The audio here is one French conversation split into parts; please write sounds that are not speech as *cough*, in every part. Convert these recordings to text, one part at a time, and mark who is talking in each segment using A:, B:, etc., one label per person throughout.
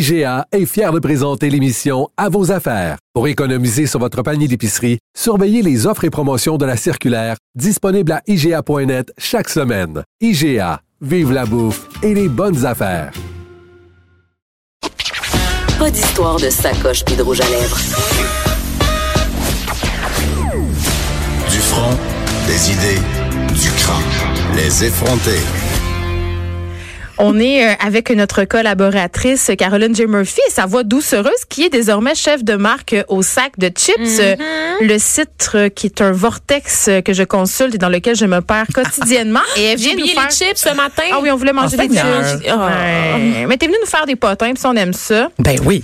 A: IGA est fier de présenter l'émission À vos affaires. Pour économiser sur votre panier d'épicerie, surveillez les offres et promotions de la circulaire disponible à IGA.net chaque semaine. IGA, vive la bouffe et les bonnes affaires.
B: Pas d'histoire de sacoche puis de rouge à lèvres.
C: Du front, des idées, du crâne. Les effronter.
D: On est euh, avec notre collaboratrice Caroline J. Murphy et sa voix doucereuse qui est désormais chef de marque euh, au sac de chips. Euh, Le site euh, qui est un vortex euh, que je consulte et dans lequel je me perds quotidiennement. *laughs* Et elle
E: J'ai
D: vient nous
E: oublié
D: faire...
E: les chips ce matin.
D: Ah oui, on voulait manger des
F: Seigneur.
D: chips. Ouais. Mais t'es venue nous faire des potins, puis ça, on aime ça.
F: Ben oui,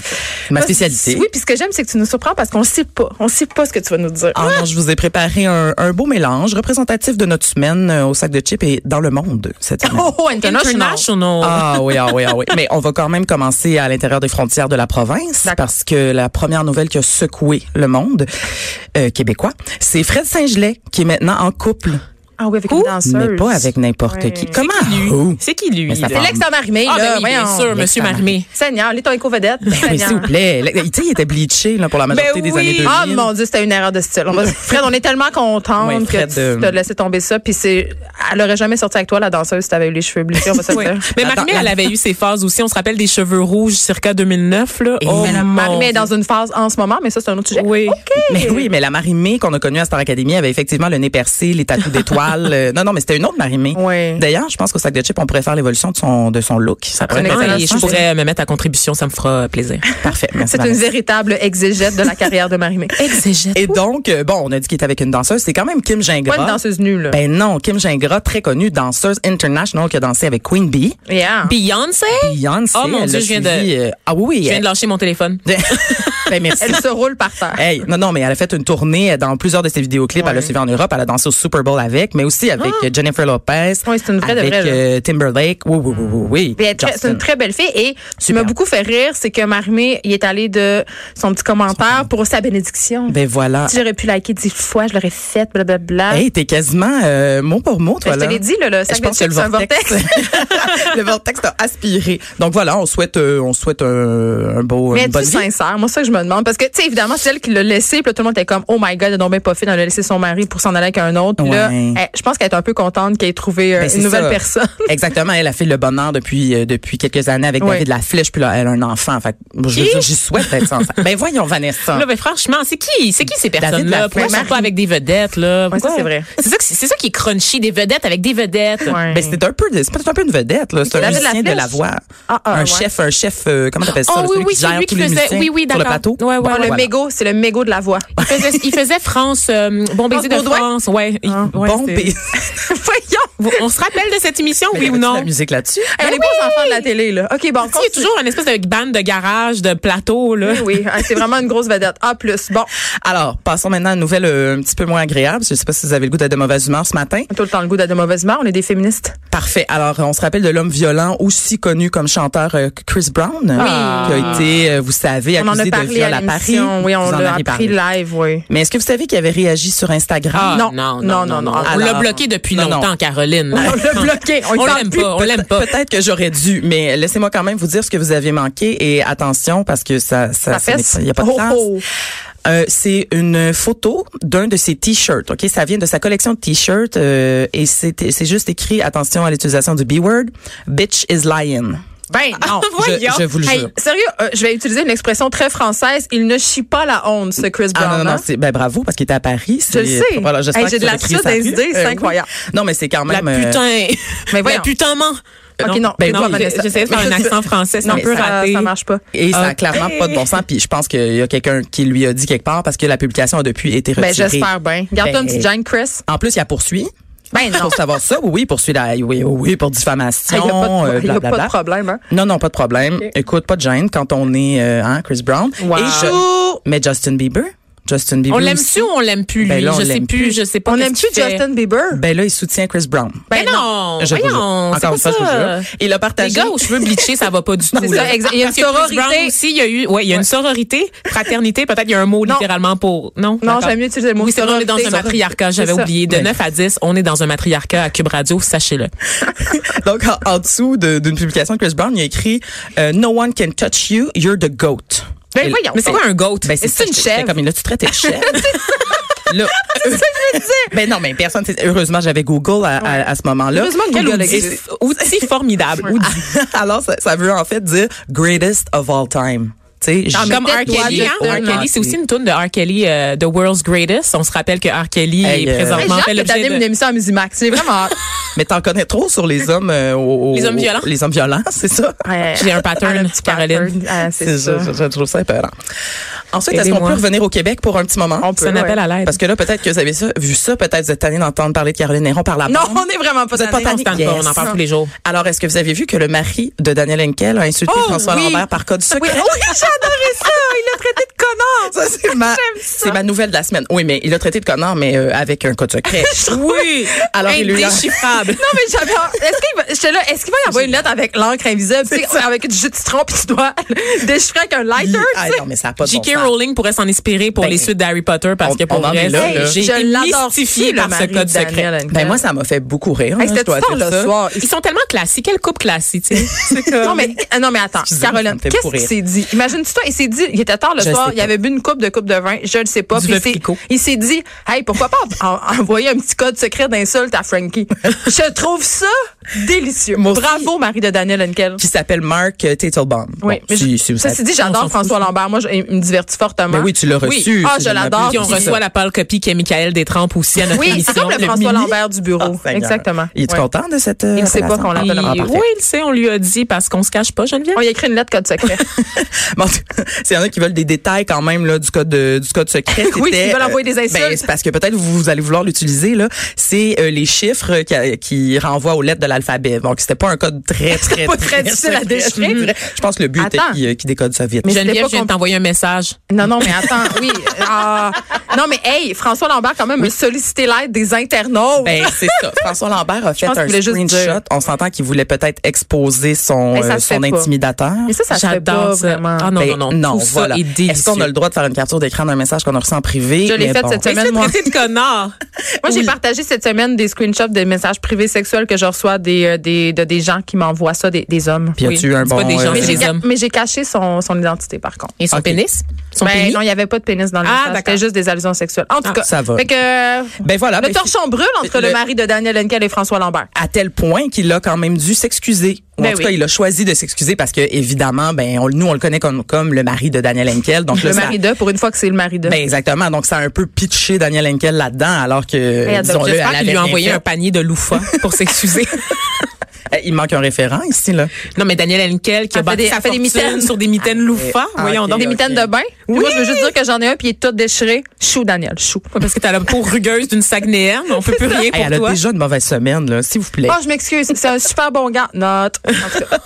F: ma
D: Toi,
F: spécialité.
D: c'est- Oui, puis ce que j'aime, c'est que tu nous surprends parce qu'on ne sait pas. On ne sait pas ce que tu vas nous dire.
F: Ah non, je vous ai préparé un, un beau mélange représentatif de notre semaine euh, au sac de chips et dans le monde cette semaine.
D: *laughs* Oh, oh, international.
E: International.
F: Ah oui, ah oui, ah oui. Mais on va quand même commencer à l'intérieur des frontières de la province
D: D'accord.
F: parce que la première nouvelle qui a secoué le monde euh, québécois, c'est Fred Saint-Gelais qui est maintenant en couple,
D: Ah oui, avec
F: Ouh,
D: une danseuse.
F: mais pas avec n'importe
D: Ouais.
F: qui. Comment?
E: Lui.
F: Ouh.
E: C'est qui lui?
F: Mais
E: là?
F: ça
D: C'est l'ex de Marimé,
E: Ah, ben
D: là.
E: oui, bien
D: voyons.
E: sûr, monsieur
F: l'ex-amant.
E: Marimé.
D: Seigneur, les ton éco-vedette.
F: *laughs* Oui,
D: Seigneur.
F: s'il vous plaît. Tu sais, il était bleaché là, pour la majorité
E: Ben
F: des années
E: oui.
F: 2000.
D: Ah mon dieu, c'était une erreur de style.
F: *laughs*
D: On va- Fred, on est tellement contente
F: Oui, Fred,
D: que tu
F: euh,
D: t'as laissé tomber ça. Puis c'est, elle aurait jamais sorti avec toi la danseuse si t'avais eu les cheveux blessés. On va se le
E: Oui.
D: dire.
E: Mais
F: Attends,
E: Marimé,
F: la-
E: elle avait eu ses phases aussi. On se rappelle des cheveux rouges circa 2009. Là. Oh,
D: Mais la
E: mon
D: Marie-Mé est
E: Dieu.
D: dans une phase en ce moment, mais ça c'est un autre sujet.
E: Oui.
F: Mais oui, mais la Marie-Mé qu'on a connue à Star Academy avait effectivement le nez percé, les tatous d'étoiles. Euh, non, non, mais c'était une autre Marie-Mé.
D: Oui.
F: D'ailleurs, je pense qu'au sac de chips, on pourrait faire l'évolution de son, de son look. Ça pourrait
D: C'est
F: être
D: une
E: Ah,
F: intéressant.
E: et je pourrais me mettre à contribution, ça me fera plaisir.
F: Parfait. Merci,
D: C'est une
F: Vanessa.
D: véritable exégète de la carrière de
F: *laughs*
D: Marie-Mé.
E: Exégète.
F: Et donc, euh, bon, on a dit qu'il était avec une danseuse. C'est quand même Kim Gingras.
D: Pas une danseuse nue là.
F: Ben non, Kim Gingras, très connue, danseuse international qui a dansé avec Queen Bee.
D: Yeah.
E: Beyoncé?
F: Beyoncé,
E: Oh mon
F: elle
E: Dieu,
F: l'a
E: je viens de-
F: suivi, euh, ah oui, oui.
E: Je viens de lâcher mon téléphone.
F: elle- *laughs* ben merci.
D: Elle se roule par terre.
F: Hey, non, non, mais elle a fait une tournée dans plusieurs de ses vidéoclips. Elle a suivi en Europe. Elle a dansé au Super Bowl avec, mais aussi avec euh, Jennifer Lopez.
D: Oui, Ah! c'est une vraie de
F: avec,
D: vraie, là.
F: euh, Timberlake. Oui, oui, oui, oui. oui.
D: Puis elle est très- C'est
F: Justin.
D: une très belle fille et tu m'as
F: Superbe.
D: beaucoup fait rire, c'est que Marimé il est allé de son petit commentaire pour sa bénédiction.
F: Ben voilà.
D: si j'aurais pu liker dix fois, je l'aurais faite, blablabla.
F: Hey, t'es quasiment euh, mot pour mot, toi,
D: Ben, je
F: là.
D: te l'ai dit, là, le sac
F: Je
D: de
F: pense que
D: chips,
F: le
D: c'est un vortex.
F: vortex. *laughs* le vortex t'a aspiré. Donc voilà, on souhaite, euh, on souhaite un, un beau,
D: Mais
F: une bonne
D: es-tu
F: vie.
D: sincère? Moi, c'est ça que je me demande. Parce que, tu sais, évidemment, c'est elle qui l'a laissé. Puis là, tout le monde était comme, oh my God, elle n'a pas fine. Elle a laissé son mari pour s'en aller avec un autre. Puis là,
F: Ouais.
D: elle- je pense qu'elle est un peu contente qu'elle ait trouvé euh,
F: Ben, c'est
D: une nouvelle
F: ça.
D: personne.
F: *laughs* Exactement, elle a fait le bonheur depuis euh, depuis quelques années avec
D: Oui.
F: David la flèche puis là elle a un enfant. Fait que, je veux dire, j'y souhaite d'être sans Ben voyons
D: Ah.
F: Vanessa.
E: Là, ben, franchement, c'est qui, c'est qui ces personnes-là?
F: Lafleur.
E: Pourquoi ils sont
F: Marie-
E: pas avec des vedettes, là?
D: Ouais, ça,
E: Pourquoi?
D: c'est vrai.
E: C'est ça, que- c'est ça qui est crunchy, des vedettes avec des vedettes.
F: *laughs* Ben, c'est un peu, de- c'est peut-être un peu une vedette là. C'est un
D: David
F: musicien de
D: Laflèche.
F: la voix.
D: Ah, ah,
F: un
D: ouais.
F: chef, un chef. euh, comment t'appelles ça
E: Oh
F: là,
E: oui, oui,
F: celui qui
E: c'est
F: gère
E: lui qui
F: tous les
E: faisait-
F: musiciens
E: oui, oui,
F: sur le
E: d'accord.
F: plateau.
E: Ah Ouais, ouais,
D: Bon,
E: ouais,
D: le
F: voilà.
D: mégot, c'est le mégot de la *laughs* voix.
E: Il faisait, il faisait France, euh, bon baiser de
D: France Ah, Baudouin? Ah,
E: France. Ouais. Il- ouais,
F: Bon
E: c'est-
F: *laughs* pays.
E: Voyons, on se rappelle de cette émission,
F: Mais
E: oui ou
F: y'avait-tu de
E: non?
F: La musique là-dessus.
D: Elle est pas enfant de la télé, là. OK, bon,
E: Il y a toujours une espèce de bande de garage, de plateau, là.
D: Oui, oui. Ah, c'est vraiment une grosse vedette. A plus. Bon,
F: Alors, passons maintenant à une nouvelle euh, un petit peu moins agréable. Je sais pas si vous avez le goût d'être de mauvaise humeur ce matin.
D: on a tout le temps le goût d'être de mauvaise humeur. On est des féministes.
F: Parfait. Alors, on se rappelle de l'homme violent aussi connu comme chanteur euh, Chris Brown, qui a été, euh, vous savez,
D: On en a
F: accusé de
D: parlé
F: viol
D: à
F: à Paris.
D: l'émission. Oui, on
F: Vous en
D: l'a
F: avez
D: appris
F: parlé.
D: live, oui.
F: Mais est-ce que vous savez qu'il avait réagi sur
E: Ah,
F: Instagram?
D: Non, non, non, non.
E: On l'a
F: Alors-
E: bloqué depuis
F: Non, non.
E: longtemps, Caroline.
D: On
E: *laughs*
D: l'a bloqué. On, y
E: On
D: parle
E: l'aime
D: plus.
E: pas, on l'aime pas.
F: Peut-être que j'aurais dû, mais laissez-moi quand même vous dire ce que vous avez manqué et attention parce que ça, ça,
D: Ça
F: ça n'est
D: fesse.
F: pas- il y a pas de
D: Oh,
F: place.
D: oh.
F: Euh, c'est une photo d'un de ses t-shirts. Ok, ça vient de sa collection de t-shirts euh, et c'est c'est juste écrit attention à l'utilisation du b-word. Bitch is lying. Ah,
D: Ben,
E: *laughs*
D: non.
F: Je, je vous le
D: Hey,
F: jure.
D: sérieux, euh, je vais utiliser une expression très française. Il ne chie pas la honte, ce Chris Brown.
F: Ah non, non,
D: hein?
F: non, c'est ben bravo parce qu'il était à Paris.
D: Je le
F: c'est-
D: sais.
F: Voilà, j'espère
D: Hey, j'ai
F: que
D: de
F: tu
D: la
F: vas crier
D: suite
F: ça
D: à
F: rue.
D: des idées, c'est
F: Euh, oui.
D: incroyable.
F: Non, mais c'est quand
E: La
F: même euh,
E: putain.
D: Mais
E: La
D: voyons.
E: putain ment.
D: Ok, non.
E: Ben,
D: Non,
E: toi,
D: Vanessa.
E: j'ai- j'essayais de faire
D: Mais
E: un
D: ça,
E: accent français, c'est
D: non,
E: un
D: mais
E: peu
D: ça-
E: raté.
D: Ça marche pas.
F: Et ça a
E: Ok.
F: clairement pas de bon sens. Puis je pense qu'il y a quelqu'un qui lui a dit quelque part parce que la publication a depuis été retirée.
D: Ben, j'espère bien. Garde-toi une
F: Ben,
D: petite Jane, Chris.
F: En plus, il a poursuit.
D: Ben, non.
F: *laughs* Pour savoir ça, oui, oui, poursuit la, oui, oui, oui,
D: *laughs*
F: pour
D: Il
F: diffamation,
D: n'y a pas de,
F: euh,
D: il Ah, y a
F: blablabla.
D: pas de problème, hein.
F: Non, non, pas de problème. Écoute, pas de gêne quand on est, euh, hein, Chris Brown.
D: Wow.
F: Et je- mais Justin Bieber? Justin Bieber.
E: On l'aime
F: aussi.
E: plus ou on l'aime plus, lui?
F: Ben là, on
E: je sais
F: l'aime
E: plus, je sais pas.
D: On
E: qu'est-ce
D: aime plus
E: qu'il fait.
D: Justin Bieber?
F: Ben là, il soutient Chris Brown.
E: Ben non,
F: Je vous jure.
E: voyons, c'est
F: Encore
E: pas
F: une fois, je vous
E: ça.
F: jure. Il a
E: Les
F: partagé.
E: gars aux cheveux bleachés, ça va pas du tout.
D: *laughs* C'est ça,
E: là.
D: exact. Il y a une
E: Parce que Chris Brown
D: sororité.
E: aussi, il y a eu, ouais, il y a une sororité, fraternité, peut-être il y a un mot
D: Non.
E: littéralement pour, non?
D: Non,
E: D'accord.
D: j'aime mieux utiliser le mot
E: Oui, c'est vrai, on est dans un
D: sororité.
E: matriarcat, j'avais
D: C'est ça.
E: oublié. De
F: Ouais.
E: 9 à 10, on est dans un matriarcat à Cube Radio,
D: *laughs*
E: sachez-le.
F: *laughs* Donc, en, en dessous de- d'une publication de Chris Brown, il a écrit euh, No one can touch you, you're the goat.
D: Ben
F: Et-
D: voyons.
E: Mais c'est quoi un goat?
F: Ben, c'est ça,
E: une
F: j'étais
E: chèvre.
F: Comme là,
D: *laughs*
F: tu traites de chèvre. Là, ben non, mais personne. c'est- Heureusement, j'avais Google à, à- à ce moment-là.
D: Heureusement que
F: Quel
D: Google
F: outil-
D: existe. *laughs*
E: Outil formidable.
F: Ou- *laughs* Alors, ça, ça veut en fait dire greatest of all time. Tu sais,
E: Genre
F: je-
E: comme R.
D: Ah, peut-être
E: Kelly,
D: doit
E: hein?
D: de-
E: R. Kelly, c'est aussi une tune de R. Kelly, euh, The World's Greatest. On se rappelle que R. Kelly
F: Hey,
E: est
F: euh,
D: Hey,
E: présentement fait
D: J'ai hâte que
E: l'objet
D: t'animes une
E: de...
D: émission à Musimax. C'est *laughs* vraiment.
F: Mais t'en connais trop sur les hommes. euh, au- au-
E: Les hommes
F: au-
E: violents.
F: Les hommes violents, *laughs* c'est ça.
E: J'ai un pattern,
D: Elle a *laughs* un petit
E: Caroline.
D: pattern. Ah, C'est
F: C'est
D: ça.
F: ça. Je, je trouve ça épeurant. Ensuite, est-ce qu'on
E: Aidez-moi.
F: peut revenir au Québec pour un petit moment?
D: On peut,
E: C'est un
D: ouais.
E: appel à l'aide.
F: Parce que là, peut-être que vous avez ça, vu ça, peut-être vous êtes tanné d'entendre parler de Caroline Néron par la
D: Non,
F: bande.
D: on est vraiment pas
F: Vous êtes
D: tanné.
F: pas tanné.
E: On se tente pas, on en parle tous les jours.
F: Alors, est-ce que vous avez vu que le mari de Daniel Henkel a insulté
D: Oh,
F: François
D: oui.
F: Lambert par code secret?
D: Oui, oh oui, j'ai adoré ça. Il l'a traité *laughs* de connard.
F: Ça, c'est ma, c'est ma nouvelle de la semaine. Oui, mais il l'a traité de connard, mais euh, avec un code
D: *laughs*
F: secret.
E: Oui!
F: Alors, il lui a- *laughs*
E: Indéchiffrable.
D: Non, mais j'avais. Est-ce qu'il va, j'étais là, est-ce qu'il va y avoir une lettre avec l'encre invisible, tu sais, avec du jus de citron, puis tu dois *laughs* déchiffrer avec un lighter,
F: Ah,
D: tu sais?
F: non, mais ça n'a pas de bon
E: J.K.
F: sens.
E: Rowling pourrait s'en inspirer pour
F: Ben,
E: les suites d'Harry Potter parce
F: on-
E: que pour
F: on en
E: vrai,
F: est là,
E: hey,
F: là.
E: j'ai
D: Je
E: été
D: l'adore,
E: mystifié
D: fou, le
E: par ce
D: mari
E: code
D: de Daniel
E: secret.
D: Henkel.
F: Ben, moi, ça m'a fait beaucoup rire.
D: Hey,
F: hein,
D: c'était
F: je dois
D: fort
F: dire
D: le
F: ça.
D: soir.
E: Ils sont tellement classiques. Quel couple classique, tu sais?
D: *laughs* Non, mais, ah, non, mais attends,
F: Excusez-moi, ça
D: Caroline,
F: me fait
D: qu'est-ce
F: pour
D: qu'il
F: rire.
D: s'est dit? Imagine-toi, il s'est dit, il était tard le
F: Je
D: soir,
F: sais
D: il
F: pas.
D: avait bu une coupe de coupe de vin, je ne sais pas.
E: Du
D: puis il
E: vin
D: s'est-
E: Picot.
D: Il s'est dit, hey, pourquoi pas en- envoyer un petit code secret d'insulte à
F: *laughs*
D: Frankie? je trouve ça délicieux.
F: Moi aussi.
D: Bravo, Marie de Daniel Henkel.
F: Qui s'appelle Mark euh, Teitelbaum.
D: Oui,
F: Bon,
D: mais
F: si-
D: je-
F: si vous
D: ça,
F: savez-
D: c'est dit, j'adore François Lambert. Moi, je- il me divertit fortement.
F: Ben oui, tu l'as reçu.
D: Ah,
F: tu
D: je
F: l'as
D: l'adore.
E: Puis on
F: appelé.
E: reçoit la pâle copie qui est Michael Détrempe aussi à notre
D: Oui,
E: émission.
D: c'est comme le, François
F: mini.
D: Lambert du bureau.
F: Ah, Seigneur.
D: Exactement.
F: Il est
D: Ouais.
F: content de cette. euh,
D: Il sait pas
F: relation?
D: qu'on l'appelle
F: Ah,
D: Laurent
E: Il-
F: parfait.
E: Oui, il sait, on lui a dit parce qu'on se cache pas, Geneviève.
D: On y a écrit une lettre code
F: *laughs*
D: secret.
F: Bon, *laughs* c'est y en a qui veulent des détails quand même là, du code de- du code secret.
D: *laughs* Oui,
F: C'était,
D: ils veulent envoyer des
F: euh,
D: insultes.
F: ben, c'est parce que peut-être vous, vous allez vouloir l'utiliser là. C'est euh, les chiffres qui, a- qui renvoient aux lettres de l'alphabet. Donc c'était pas un code très très
D: pas très difficile à
F: secret,
D: déchiffrer.
F: je dirais. Je pense que le but était
D: Attends.
F: qu'il euh, qu'il décode ça vite.
D: Mais c'était
E: Geneviève,
D: pas
E: je viens de
D: compl-
E: t'envoyer un message.
D: non, non, mais attends, oui. Ah. non, mais hey, François Lambert, quand même, me solliciter l'aide des internautes. *laughs*
F: Ben, c'est ça. François Lambert a fait
D: pense qu'il
F: un
D: voulait juste
F: screenshot.
D: dire.
F: On s'entend qu'il voulait peut-être exposer son,
D: Eh, ça
F: euh,
D: se fait
F: son
D: pas.
F: intimidateur.
D: mais ça, ça se fait
E: J'adore
D: pas
E: ça.
D: vraiment.
E: Ah non,
F: Ben,
E: non, non. Tout ça
F: voilà.
E: est délicieux.
F: Est-ce qu'on a le droit de faire une capture d'écran d'un message qu'on a reçu en privé?
D: Je l'ai
F: Mais
D: fait
F: bon.
D: cette
E: Mais
D: semaine,
E: c'est
D: moi.
E: traité de connard.
D: Moi, j'ai partagé cette semaine des screenshots des messages privés sexuels que je reçois des, euh, des, de des gens qui m'envoient ça, des, des hommes.
F: Puis
E: Oui,
F: as-tu un
E: c'est pas
F: bon...
E: des gens,
F: euh,
D: Mais
E: c'est
D: j'ai
E: des
D: ca-
E: hommes.
D: mais j'ai caché son, son identité, par contre.
E: Et son
F: Ok.
E: pénis? Son
D: Ben,
E: pénis?
D: non, il n'y avait pas de pénis dans le
E: Ah,
D: message. C'était
E: d'accord.
D: juste des allusions sexuelles. En tout
E: Ah,
D: cas,
F: ça va.
D: Fait que, euh,
F: Ben voilà.
D: le
F: ben,
D: torchon brûle entre le,
F: le-
D: mari de Daniel Henkel et François Lambert.
F: à tel point qu'il a quand même dû s'excuser. Ou en
D: Ben
F: tout
D: oui.
F: cas, il a choisi de s'excuser parce que évidemment, ben on, nous on le connaît comme comme le mari de Daniel Henkel. Donc
D: Le
F: là, ça-
D: mari de, pour une fois que c'est le mari de.
F: ben exactement. Donc ça a un peu pitché Daniel Henkel là-dedans, alors que
D: Merde,
F: disons-le,
E: J'espère
F: elle
E: qu'il
F: avait
E: lui a
F: rien
E: envoyé
F: fait.
E: un panier de loufa pour
F: *laughs*
E: s'excuser.
F: Eh, Il manque un référent ici là.
E: Non, mais Daniel Henkel qui a
D: Elle fait
E: bâti
D: des-
E: sa
D: elle fait des
E: fortune
D: mitaines.
E: sur des mitaines loufa.
F: Ah,
E: Voyons
F: ok,
E: donc.
D: des
F: ok.
D: mitaines de bain. Puis Moi, je veux juste dire que j'en ai un puis il est tout déchiré. Chou, Daniel, chou.
E: Ouais, Parce que t'as la peau rugueuse d'une Saguenayenne. On peut plus rien
F: Eh, elle
E: pour
F: a
E: toi.
F: déjà une mauvaise semaine là, s'il vous plaît.
D: Oh, je m'excuse. C'est un super bon gars. Note. En tout cas.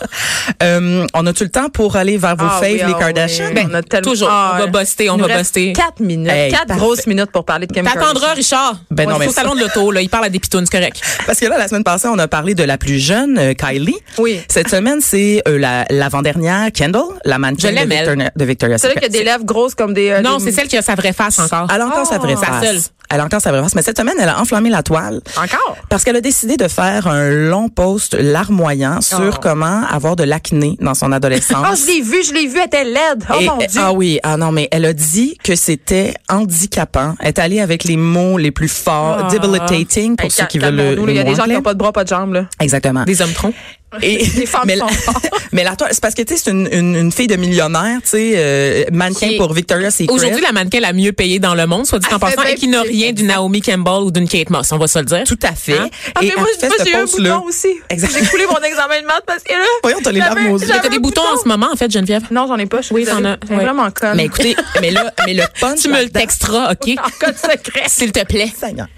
F: Euh, on a-tu le temps pour aller vers vos
D: Ah
F: faves
D: oui, ah
F: les Kardashians
D: oui. Ben, on a tellement-
E: toujours.
D: Ah,
E: On va
D: ouais.
E: buster, on
D: Il nous
E: va
D: reste
E: buster.
D: Quatre minutes.
F: Hey,
D: quatre
F: parfait.
D: grosses minutes pour parler de Kim
E: T'attendras,
D: Kardashian.
E: Richard.
F: Ben non,
E: Ouais,
F: mais
E: au
F: ça-
E: salon de l'auto, là. Il parle à des pitounes, c'est correct.
F: Parce que là, la semaine passée, on a parlé de la plus jeune, euh, Kylie.
D: Oui.
F: Cette semaine, c'est euh, la- l'avant-dernière, Kendall, la mannequin
E: Je
F: de,
E: l'aime, elle.
F: Victoria- de Victoria's
D: C'est là qu'il y a
F: Secret.
D: des lèvres grosses comme des. euh,
E: Non,
D: des-
E: c'est celle qui a sa vraie face encore.
F: Elle a encore sa vraie
D: Oh.
E: sa
F: face.
E: seule.
F: Elle a encore sa vraie face. Mais cette semaine, elle a enflammé la toile.
D: Encore?
F: Parce qu'elle a décidé de faire un long post larmoyant sur
D: Oh.
F: comment avoir de l'acné dans son adolescence.
D: Ah, *laughs* je l'ai vue, je l'ai vue, elle était laide. Oh
F: Et-
D: mon Dieu.
F: Ah oui, ah non, mais elle a dit que c'était handicapant. Elle est allée avec les mots les plus forts,
E: Ah.
F: debilitating, pour
D: Hey,
F: ceux qui
D: cal-
F: veulent le,
D: calmons-nous, là.
F: le
D: Il y a
F: mot
D: des gens qui
F: anglais.
D: n'ont pas de bras, pas de jambes, là.
F: Exactement.
E: Des hommes troncs.
F: Et,
D: *laughs* Les femmes
F: mais,
D: sont *laughs* fortes.
F: *laughs* mais la toile- c'est parce que tu sais, c'est une, une, une fille de millionnaire, tu sais, euh, mannequin
E: Qui est-
F: pour Victoria's Secret.
E: Aujourd'hui, la mannequin la mieux payée dans le monde, soit dit
D: Elle
E: en
D: fait
E: passant,
D: bien
E: et qui n'a
D: pire.
E: rien d'une Naomi Campbell ou d'une Kate Moss, on va se le dire.
F: tout à fait.
E: Hein?
D: Ah,
F: Et
D: mais moi,
F: elle fait
D: moi,
F: ce
D: j'ai eu un
F: post-là.
D: bouton aussi.
F: Exact.
D: J'ai coulé mon examen de maths parce que là.
F: Voyons, t'as les
D: j'avais-
F: larmes aux yeux.
D: j'avais
E: T'as des
D: un
E: boutons en ce moment, en fait, Geneviève.
D: Non, j'en ai pas. Je suis
E: Oui,
D: désolée.
E: t'en as.
D: T'es
E: Ouais.
D: vraiment conne.
F: Mais écoutez, mais là, mais le punch.
E: Tu me le
F: là-dedans-
E: texteras, OK?
D: *laughs* En code secret.
E: S'il te plaît.
F: Seigneur.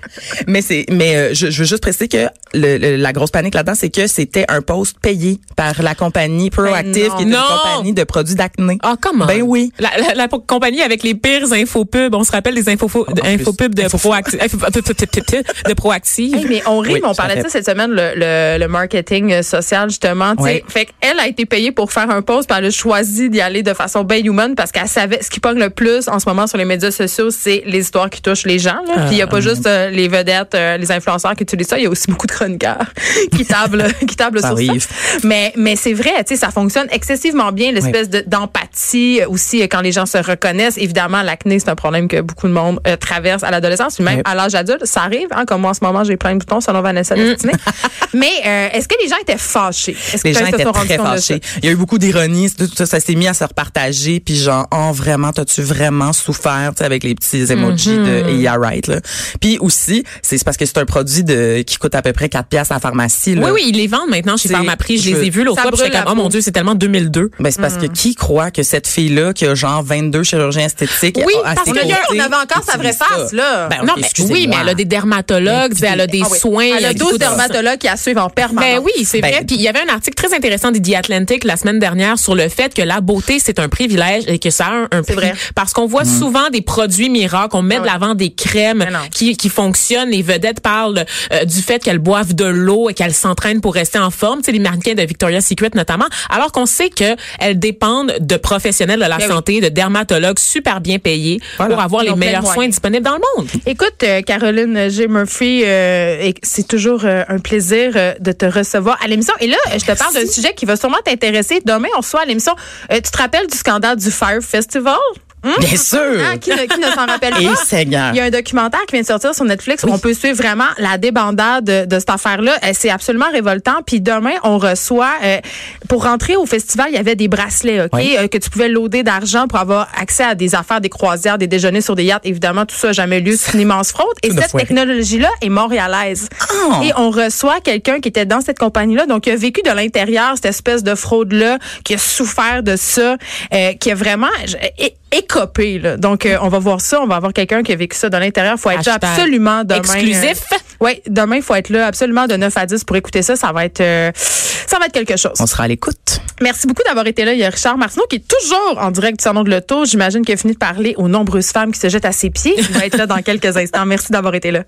F: Mais c'est, mais euh, je, je veux juste préciser que le- le- la grosse panique là-dedans, c'est que c'était un post toast payés par la compagnie Proactive,
D: non.
F: qui est une
E: Non.
F: compagnie de produits d'acné.
E: Ah, comment?
F: Ben oui.
E: La, la- la po- compagnie avec les pires infopubs. On se rappelle des infopubs de,
F: plus,
E: infopubs de Proactive. de Proactive.
D: Hey, mais on rit,
F: Oui,
D: mais on
F: ça
D: parlait de
F: fait.
D: ça cette semaine, le, le- le marketing euh, social, justement. tu sais.
F: Oui.
D: Fait qu'elle a été payée pour faire un post, puis elle a choisi d'y aller de façon bien humaine parce qu'elle savait ce qui pogne le plus en ce moment sur les médias sociaux, c'est les histoires qui touchent les gens. là.
F: Ah,
D: Puis il n'y a pas juste euh, les vedettes, euh, les influenceurs qui utilisent ça, il y a aussi *laughs* beaucoup de chroniqueurs qui tablent, qui tablent
F: Ça
D: sur
F: arrive.
D: ça. Mais, mais c'est vrai, tu sais, ça fonctionne excessivement bien, l'espèce de- d'empathie euh, aussi euh, quand les gens se reconnaissent. Évidemment, l'acné, c'est un problème que beaucoup de monde euh, traverse à l'adolescence, puis même
F: Oui. Mm.
D: à l'âge adulte, ça arrive, hein, comme moi en ce moment, j'ai plein de boutons selon Vanessa
F: *laughs*
D: Destiné. Mais euh, est-ce que les gens étaient fâchés? Est-ce que
F: Les gens
D: ils se
F: étaient
D: sont rendus
F: très
D: compte de ça?
F: fâchés. Il y a eu beaucoup d'ironie. Tout ça, ça s'est mis à se repartager. Puis genre, oh vraiment, t'as-tu vraiment souffert tu sais, avec les petits emojis de Yeah Right. Là. Puis aussi, c'est c'est parce que c'est un produit de qui coûte à peu près 4 piastres à la pharmacie. Là.
E: Oui, oui, ils les vendent maintenant chez
F: C'est-
E: Pharmaprix. Je
F: je-
E: les ai vus l'autre
D: ça
E: fois. puis J'étais
D: brûle
E: comme,
D: la
E: oh mon
D: peau.
E: Dieu, c'est tellement 2002.
F: Ben, c'est parce
D: Hmm.
F: que qui croit que cette fille-là, qui a genre 22 chirurgiens esthétiques,
D: Oui,
F: a- à
D: parce
F: ses
D: que
F: côtés,
D: hier, on avait encore sa vraie
F: utilise
D: face,
F: ça.
D: là.
F: Ben,
E: non,
F: ok,
E: mais
F: excusez-moi.
E: oui, mais elle a des dermatologues, tu sais, elle a des
D: Ah oui.
E: soins.
D: Elle a
E: des
D: 12
E: trucs comme ça.
D: dermatologues qui la suivent en permanence.
E: Ben oui, c'est
F: Ben-
E: vrai. Puis il y avait un article très intéressant des The Atlantic la semaine dernière sur le fait que la beauté c'est un privilège et que ça a un, un prix.
D: vrai. Ah
E: Parce qu'on voit souvent des produits miracles, on met de
D: ouais.
E: l'avant des crèmes
D: Mais non.
E: qui, qui fonctionnent. Les vedettes parlent euh, du fait qu'elles boivent de l'eau et qu'elles s'entraînent pour rester en forme. Tu sais, les mannequins de Victoria's Secret notamment. Alors qu'on sait que elles dépendent de professionnels de la
D: Ben oui.
E: santé, de dermatologues super bien payés
F: Voilà.
E: pour avoir
D: Ils
E: les
D: ont plein de
E: meilleurs soins
D: moyens.
E: disponibles dans le monde.
D: Écoute, euh, Caroline G. Murphy, euh, et c'est toujours euh, un plaisir euh, de te recevoir à l'émission. Et là, euh, je te parle d'un sujet qui va sûrement t'intéresser. Demain, on reçoit à l'émission. Euh, tu te rappelles du scandale du Fire Festival? Hum? *laughs*
F: Bien sûr.
D: Hein, qui ne, qui ne s'en rappelle
F: *laughs* Et
D: pas?
F: Seigneur.
D: Il y a un documentaire qui vient de sortir sur Netflix où on peut suivre vraiment la débandade de, de cette affaire-là. Euh, C'est absolument révoltant. Puis demain, on reçoit, euh, pour rentrer au festival, il y avait des bracelets, OK,
F: Oui.
D: euh, que tu pouvais loader d'argent pour avoir accès à des affaires, des croisières, des déjeuners sur des yachts. Évidemment, tout ça n'a jamais lieu. C'est une immense fraude. Et
F: Tout de
D: cette
F: foiré.
D: technologie-là est montréalaise.
E: Oh.
F: Ah.
D: Et on reçoit quelqu'un qui était dans cette compagnie-là, donc qui a vécu de l'intérieur cette espèce de fraude-là, qui a souffert de ça, euh, qui a vraiment je- é- écopé. Là. Donc, euh, on va voir ça. On va avoir quelqu'un qui a vécu ça de l'intérieur. faut être là
E: Hashtag
D: absolument demain. euh,
E: exclusif.
D: oui, demain, il faut être là absolument de 9 à 10 pour écouter ça. Ça va être, euh, ça va être quelque chose.
F: On sera à l'écoute.
D: Merci beaucoup d'avoir été là. Il y a Richard Martineau qui est toujours en direct du Salon de l'Auto. J'imagine qu'il a fini de parler aux nombreuses femmes qui se jettent à ses pieds. Il va être là dans quelques instants. Merci d'avoir été là.